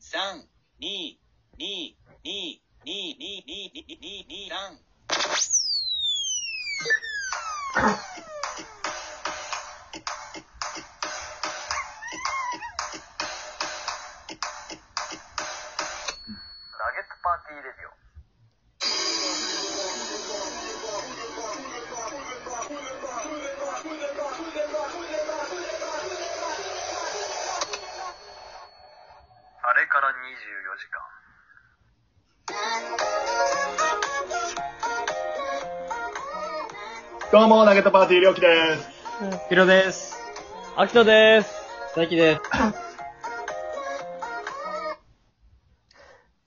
三二二二二二二二二二三。ナゲットパーティーレディオ。あれから24時間。どうも、ナゲットパーティーりょうきです。 ヒロです。アキトです。大輝 で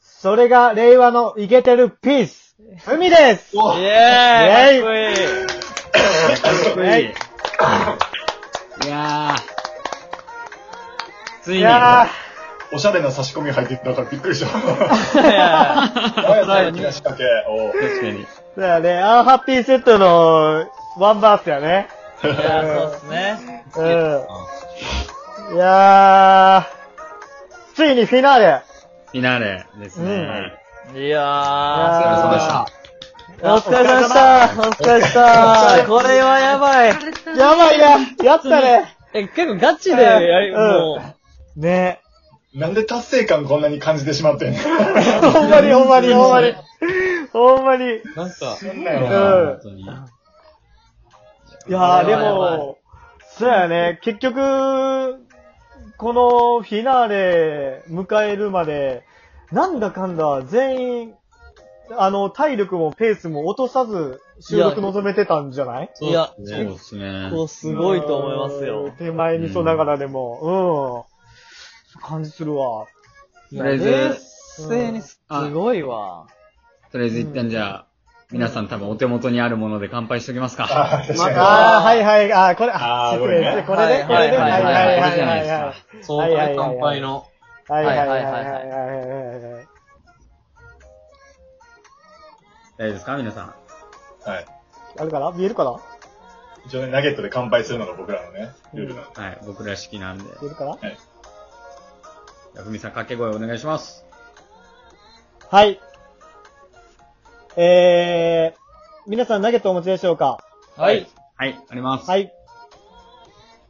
す。それが令和のイケてるピース、海ですおイエーイイかっこいいはいいやー。ついいに。やおしゃれな差し込み入ってたからびっくりした。い何ややーその気な仕掛け。おう確かに。いー、だよね、アンハッピーセットのワンバースやね。やー、そうっすね。うん。いやー、ついにフィナーレ。フィナーレですね。うんはいいやお疲れ様でーした。お疲れ様でした。お疲れ様でした。これはやばい。やばいな、やったね。え、結構ガチで、やりうんもね。なんで達成感こんなに感じてしまってんの ほんまにほんまにほんまに。ほんまに。うなんか、そんなんやろな。うん本。当に。いやー、やばいでやば、も、そうやね、結局、このフィナーレ迎えるまで、なんだかんだ全員、あの、体力もペースも落とさず、収録臨めてたんじゃないういや、そうですね結。構すごいと思いますよ。手前にそうながらでも、うん。感じするわ。いとやり冷あえず、静にすうんごいわ。とりあえず一旦じゃあ、皆さん多分お手元にあるもので乾杯しときますか。あー確かに。ああ、はいはい、あーこれ、あーあー、こ失れ礼ねして、これね、これね、はははいいははいいいはいこはれじゃないいではすそうう、はいはいはい乾杯の。い。はいはいはいはいはいはいはいはい。大丈夫ですか皆さん。はい。あるかな見えるかな一応ね、ナゲットで乾杯するのが僕らのね、ルールなんで。はい、僕ら式なんで。じ見えるかなゃあふみさん掛け声お願いします。はい。えー、皆さんナゲットお持ちでしょうかはい。はい、あります。はい。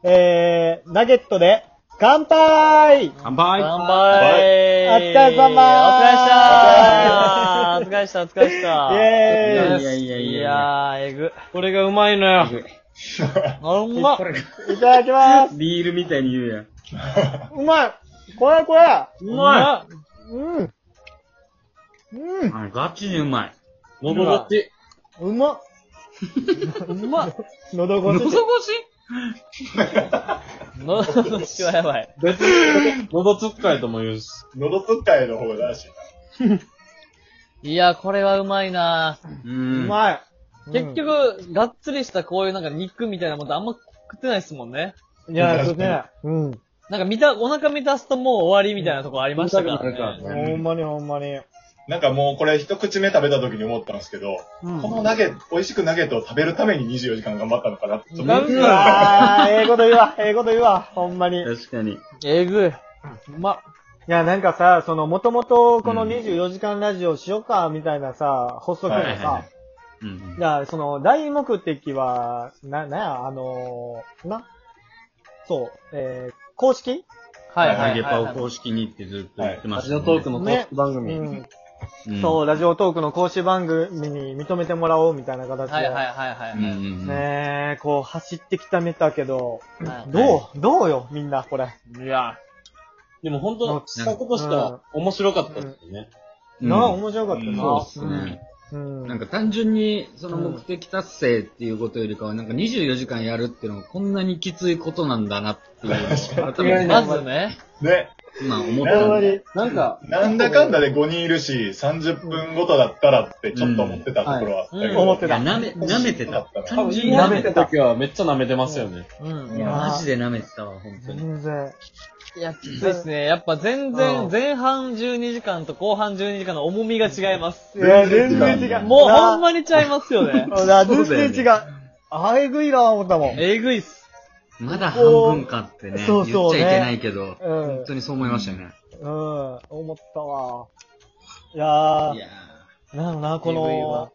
えー、ナゲットで、乾杯乾杯乾杯お疲れ様お疲れでしたお疲れでしたお疲れでしイェーいやいイやたいやいいや。やー、えぐ。これがうまいのよ。あ、ほんま。これが、いただきますビールみたいに言うやん。うまいこれこれうまい。うんうんあガチでうまい。喉がち。うまっうまっ。喉喉越越し。 し喉どっちはやばい。別に、喉つっかえとも言うし。喉つっかえの方がらしいいや、これはうまいなう。うんまい結局、がっつりしたこういうなんか肉みたいなもんってあんま食ってないですもんね。いや、そうね。うん。なんか見た、お腹満たすともう終わりみたいなとこありましたからね。ほんまにほんまに。な。なんかもうこれ一口目食べた時に思ったんですけど、このナゲット、美味しくナゲットを食べるために24時間頑張ったのかなってちょっと思ってうた。あー、ええこと言うわ、ええこと言うわ、ほんまに。確かに。えぐい。うまっ。いや、なんかさ、その、もともと、このうん24時間ラジオしようか、みたいなさ、発足のはいはさ、うんうんじ。ゃあ、その、大目的は、な、なんや、あのーな、そう、えー、公式はいはいハはいゲはパい、を公式にってずっと言ってまラしジた、オトークのトーク番う組。ん。うんそう、ラジオトークの講師番組に認めてもらおう、みたいな形で。はいはいはいはい。うんうんうん。ねえ、こう、走ってきためたけど、はいどう、どうよ、みんな、これ。いや。でも本なん当か、したことした面白かったですよね。うんなあ、面白かったうんな。そうっすね。うん。なんか単純に、その目的達成っていうことよりかは、なんか24時間やるっていうのはこんなにきついことなんだなっていうのを、改めまずね。ね。て、まあ思ほんったまんで。に。なんか、なんだかんだで5人いるし、30分ごとだったらってちょっと思ってたところはあったけど、うん思っていや、た。なめ、舐めてた。単純に舐舐めめててたた。時はめっちゃ舐めてますよね。うん。いや、マジで舐めてたわ、本当に。全然。いや、きついですね。やっぱ全然、うん前半12時間と後半12時間の重みが違いますい。や、全然違う。もうほんままにちゃいますよね。全然違う。あえぐいな、思ったもん。えぐいっす。まだ半分かってね、そう言っちゃそういねけないけど、うん本当にそう思いましたよね。うん、思ったわ。いやいやー、なんだな、ーこ PV はの、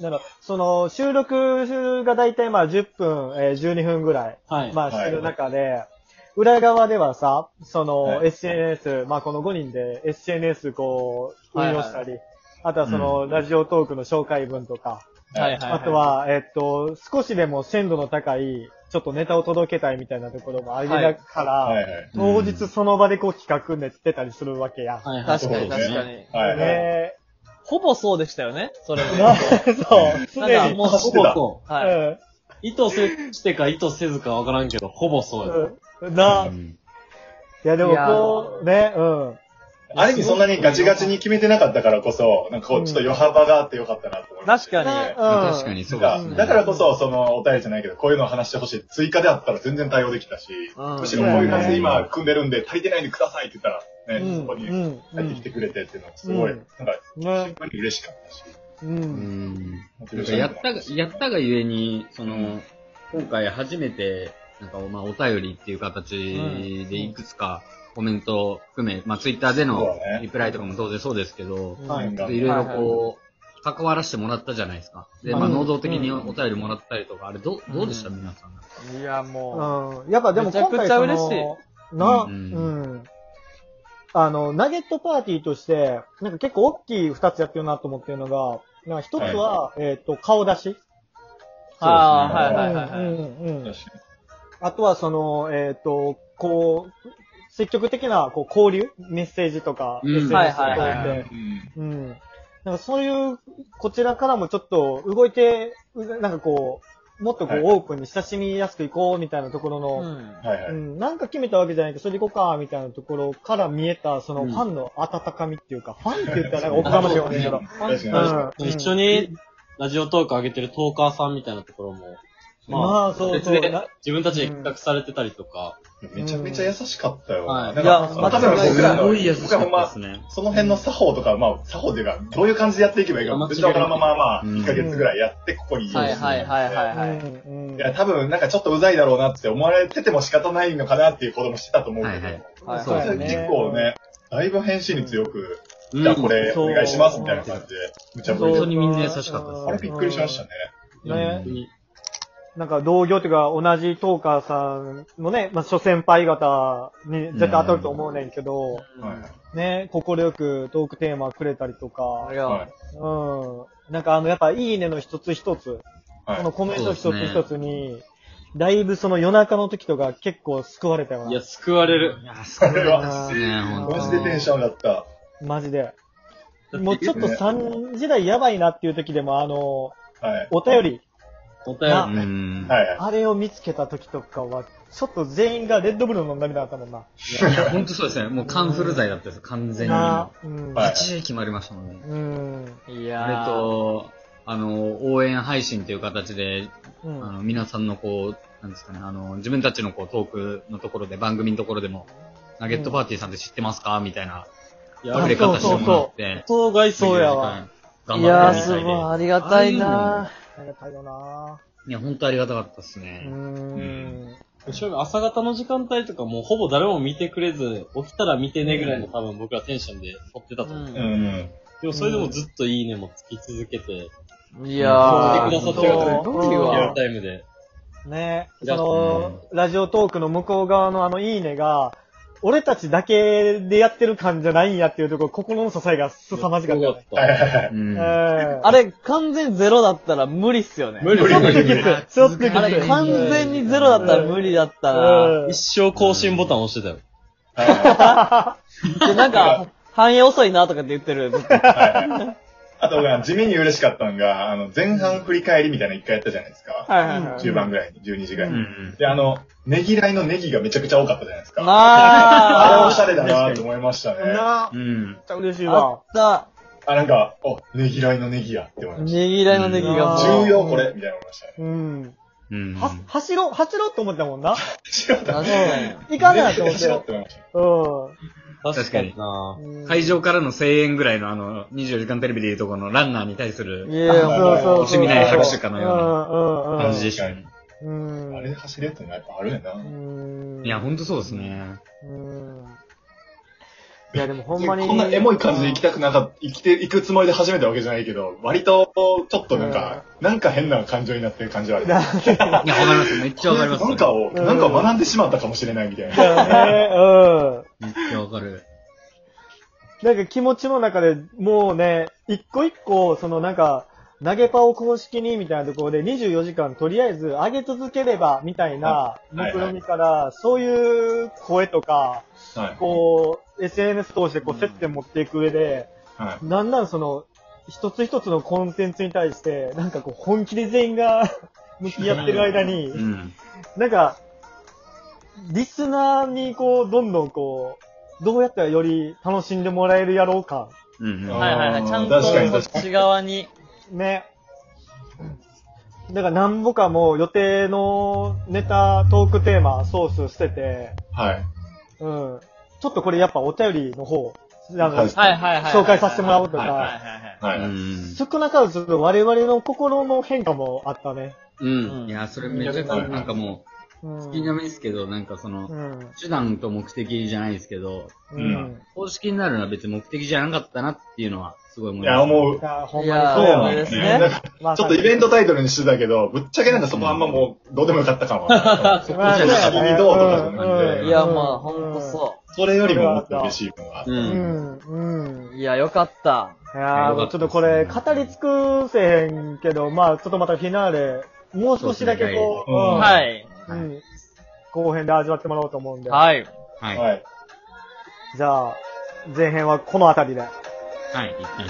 なんだその、収録がだいたいまあ10分、えー12分ぐらい、はい。まはあいしてる中で、裏側ではさ、その、はい SNS、まあこの5人で SNS こう、運用したり、はいあとはその、ラジオトークの紹介文とか、はいはい。あとは、えっと、少しでも鮮度の高い、ちょっとネタを届けたいみたいなところもありなから、はいはい。当日その場でこう企画練ってたりするわけや。はいはい確かに確かに。はいはい。ねほぼそうでしたよね、それえ、なは。そう、常なんかに。もうほぼそはい。う。意図せしてか意図せずかわからんけど、ほぼそうや。うんうん。な、ういんやでもこう、ね、うん。ある意味そんなにガチガチに決めてなかったからこそ、なんかこう、ちょっと余幅があってよかったなと思いま確す。かに。ねうん確かにそうですなんかね。だからこそ、その、お便りじゃないけど、こういうのを話してほしい。追加であったら全然対応できたし、うんむしろこういう感じで今組んでるんで、足りてないんでくださいって言ったら、うね、そん。こうにん。う入ってきんてくれてっていうのは、すごい、うなんんか、ね嬉しかったし。う。うんん。なんかやったが、やったがゆえに、その、今回初めて、なんか、まあ、お便りっていう形でいくつかコメントを含め、まあ、ツイッターでそうのだねリプライとかも当然そうですけど、はないんちょかっといろいろこう、関わらせてもらったじゃないですか。で、まあ、うん能動的にお便りもらったりとか、あれ、どう、どうでしたうん皆さん。いや、もうん。やっぱでも今め回ちゃそくちゃ嬉のしな、ううんん、あの、ナゲットパーティーとして、なんか結構大きい二つやってるなと思ってるのが、なんか一つは、えっ、と、顔出し。う、ああ、はいはいはいうんはい。うんう確んかにあとはその、えっ、と、こう、積極的なこう交流メッセージとか、うん SNS をはいはいはいは通って、うん。なんかそういう、こちらからもちょっと動いて、うなんかこう、もっとこうはいオープンに親しみやすくいこうみたいなところの、うんはいはうい。ん、なんか決めたわけじゃないけど、それでいこうか、みたいなところから見えた、そのうんファンの温かみってい うか、ファンって言ったらなんかおこがましいかもしれんけど。確かに。うんうん一緒にラジオトーク上げてるトーカーさんみたいなところも、まあ、まあ、そう別そう。でな自分たちで企画されてたりとか、めちゃめちゃ優しかったよ。はいなんいやか、まあ、多分間違いない僕らの、すごい優し僕からっほんまたです、ね。その辺の作法とか、まあ、作法っていうか、どういう感じでやっていけばいいか、全然わからんまま、まあ、うん1ヶ月ぐらいやって、ここにいるんはいですねはいはいはいはい。うんうんいや、多分、なんかちょっとうざいだろうなって思われてても仕方ないのかなっていうこともしてたと思うけど、はいはいはいそれそうだね結構ね、だいぶ返信に強く、うんじゃあこれそうお願いしますみたいな感じで、むちゃぶり本で当にみんな優しかったですうあれびっくりしましたね。ね本当。になんか同業というか同じトーカーさんのね、まあ、諸先輩方に絶対当たると思うねんけど、はいね、心よくトークテーマくれたりとかい、はやい。うん。なんかあの、やっぱいいねの一つ一つ、はいこのコメント一そうつですね一つに、だいぶその夜中の時とか結構救われたよいや、な。救われる。いや、すあれは、あね、ほんとマジでテンション上がった。マジで。もうちょっとね3時台やばいなっていう時でも、あの、はい。お便り、お便り。あうん。はいはい。あれを見つけた時とかは、ちょっと全員がレッドブル飲んだみたいだったもんな。いや、ほんとそうですね。もうカンフル剤だったです、完全に。なバうん。はいッチリ決まりましたもんね。うん。いやあれと、あの、応援配信という形で、うあん。の、皆さんのこう、なんですかね、あの、自分たちのこう、トークのところで、番組のところでも、ナゲットパーティーさんって知ってますかみたいな、や触れ方してもらって、当該そうやわ。頑い張やっー、てくだすさごいいで。、ありがたいなありがたいよないや、本当ありがたかったですねう。ん。正直朝方の時間帯とかもうほぼ誰も見てくれず、起きたら見てねぐらいの多分僕らテンションで撮ってたと思う。 うんうん。でもそれでもずっといいねもつき続けて、うんいや見ー、てくださってる方すごいわリアルタイムで。ねいそやの、ラジオトークの向こう側のあの、いいねが、俺たちだけでやってる感じゃないんやっていうところ、心の支えが凄まじかったよね。た。はいうん。えあれ、完全ゼロだったら無理っすよね。無理ちょっときつい無理。ちょっときついあれ、完全にゼロだったら無理だったな。え。一生更新ボタン押してたよ。はいで、なんか、反映遅いなとかって言ってる。ずっとはいあとが、地味に嬉しかったのが、あの、前半振り返りみたいなの一回やったじゃないですか。はいはいはい。 10番ぐらいに、12時ぐらいにう。んで、あの、ねぎらいのネギがめちゃくちゃ多かったじゃないですか。 あれはおあしゃれだなと思いましたね。なあ、うめっん。ちゃ嬉しいー、あわっ。た。あ、なんか、お、ねぎらいのネギやって思いましねぎらいのネギがた。あもー重う。要これみたいな思いましたね。うん。うん。は、走ろう、走ろうと思ったもんな。違った。確かに。行かないと思っ。走ろうってて思いました。確かになうん。会場からの声援ぐらいのあの、24時間テレビでいうとこのランナーに対するいや、もうそうそうそう。惜しみない拍手かのよううんうんうん。感じでしたね。うん。あれで走れるってのはやっぱあるんやな。うんいや、ほんとそうですね。うん。いや、でもほんまに。こんなエモい感じで行きたくなかった、生きて、行くつもりで始めたわけじゃないけど、割と、ちょっとなんか、なんか変な感情になってる感じはある。だいや、わかります。めっちゃわかります。なんかを、んなんかを学んでしまったかもしれないみたいな。よね。うん。めっちゃわかる。なんか気持ちの中でもうね、一個一個、そのなんか、投げパを公式にみたいなところで24時間とりあえず上げ続ければみたいなはいはい目論みから、そういう声とか、はい。こう、SNS 通してこう接点持っていく上で、はい。なんなんその、一つ一つのコンテンツに対して、なんかこう本気で全員が 向き合ってる間にう、ん。なんか、リスナーにこう、どんどんこう、どうやったらより楽しんでもらえるやろうか。うんうん。はいはいはい。ちゃんと確かにこ確かっち側に。ね。だからなんぼかもう予定のネタ、トークテーマ、ソース捨てて、はい。うん。ちょっとこれやっぱお便りの方、なんかはいはいはいはい。紹介させてもらおうとはいはいか、はい。はうい。ん少なからず我々の心の変化もあったね。うん。いや、それめちゃくちゃ、なんかもうんう、好きなめですけど、なんかそのう、ん。手段と目的じゃないですけど、う。うん公式になるのは別に目的じゃなかったなっていうのは、すごい思いいます。や、思うい。や、ほんいまにやそー、うそうやですなんね。かまあちょっとイベントタイトルにしてたけど、ぶっちゃけなんかそこあんまもう、どうでもよかった感 は。そこまあじゃなくて、どうとかそんな感じうんいで。や、まあ、ほんとそそれよりももっと嬉しいものがあって。う。うんん、うん。う。いや、よかった。いやー、もうちょっとこれ、語り尽くせへんけど、まあ、ちょっとまたフィナーレ、もう少しだけこう、そうい、はい。うん、後編で味わってもらおうと思うんで。はい。はい。はい。じゃあ、前編はこの辺りで。はい。一旦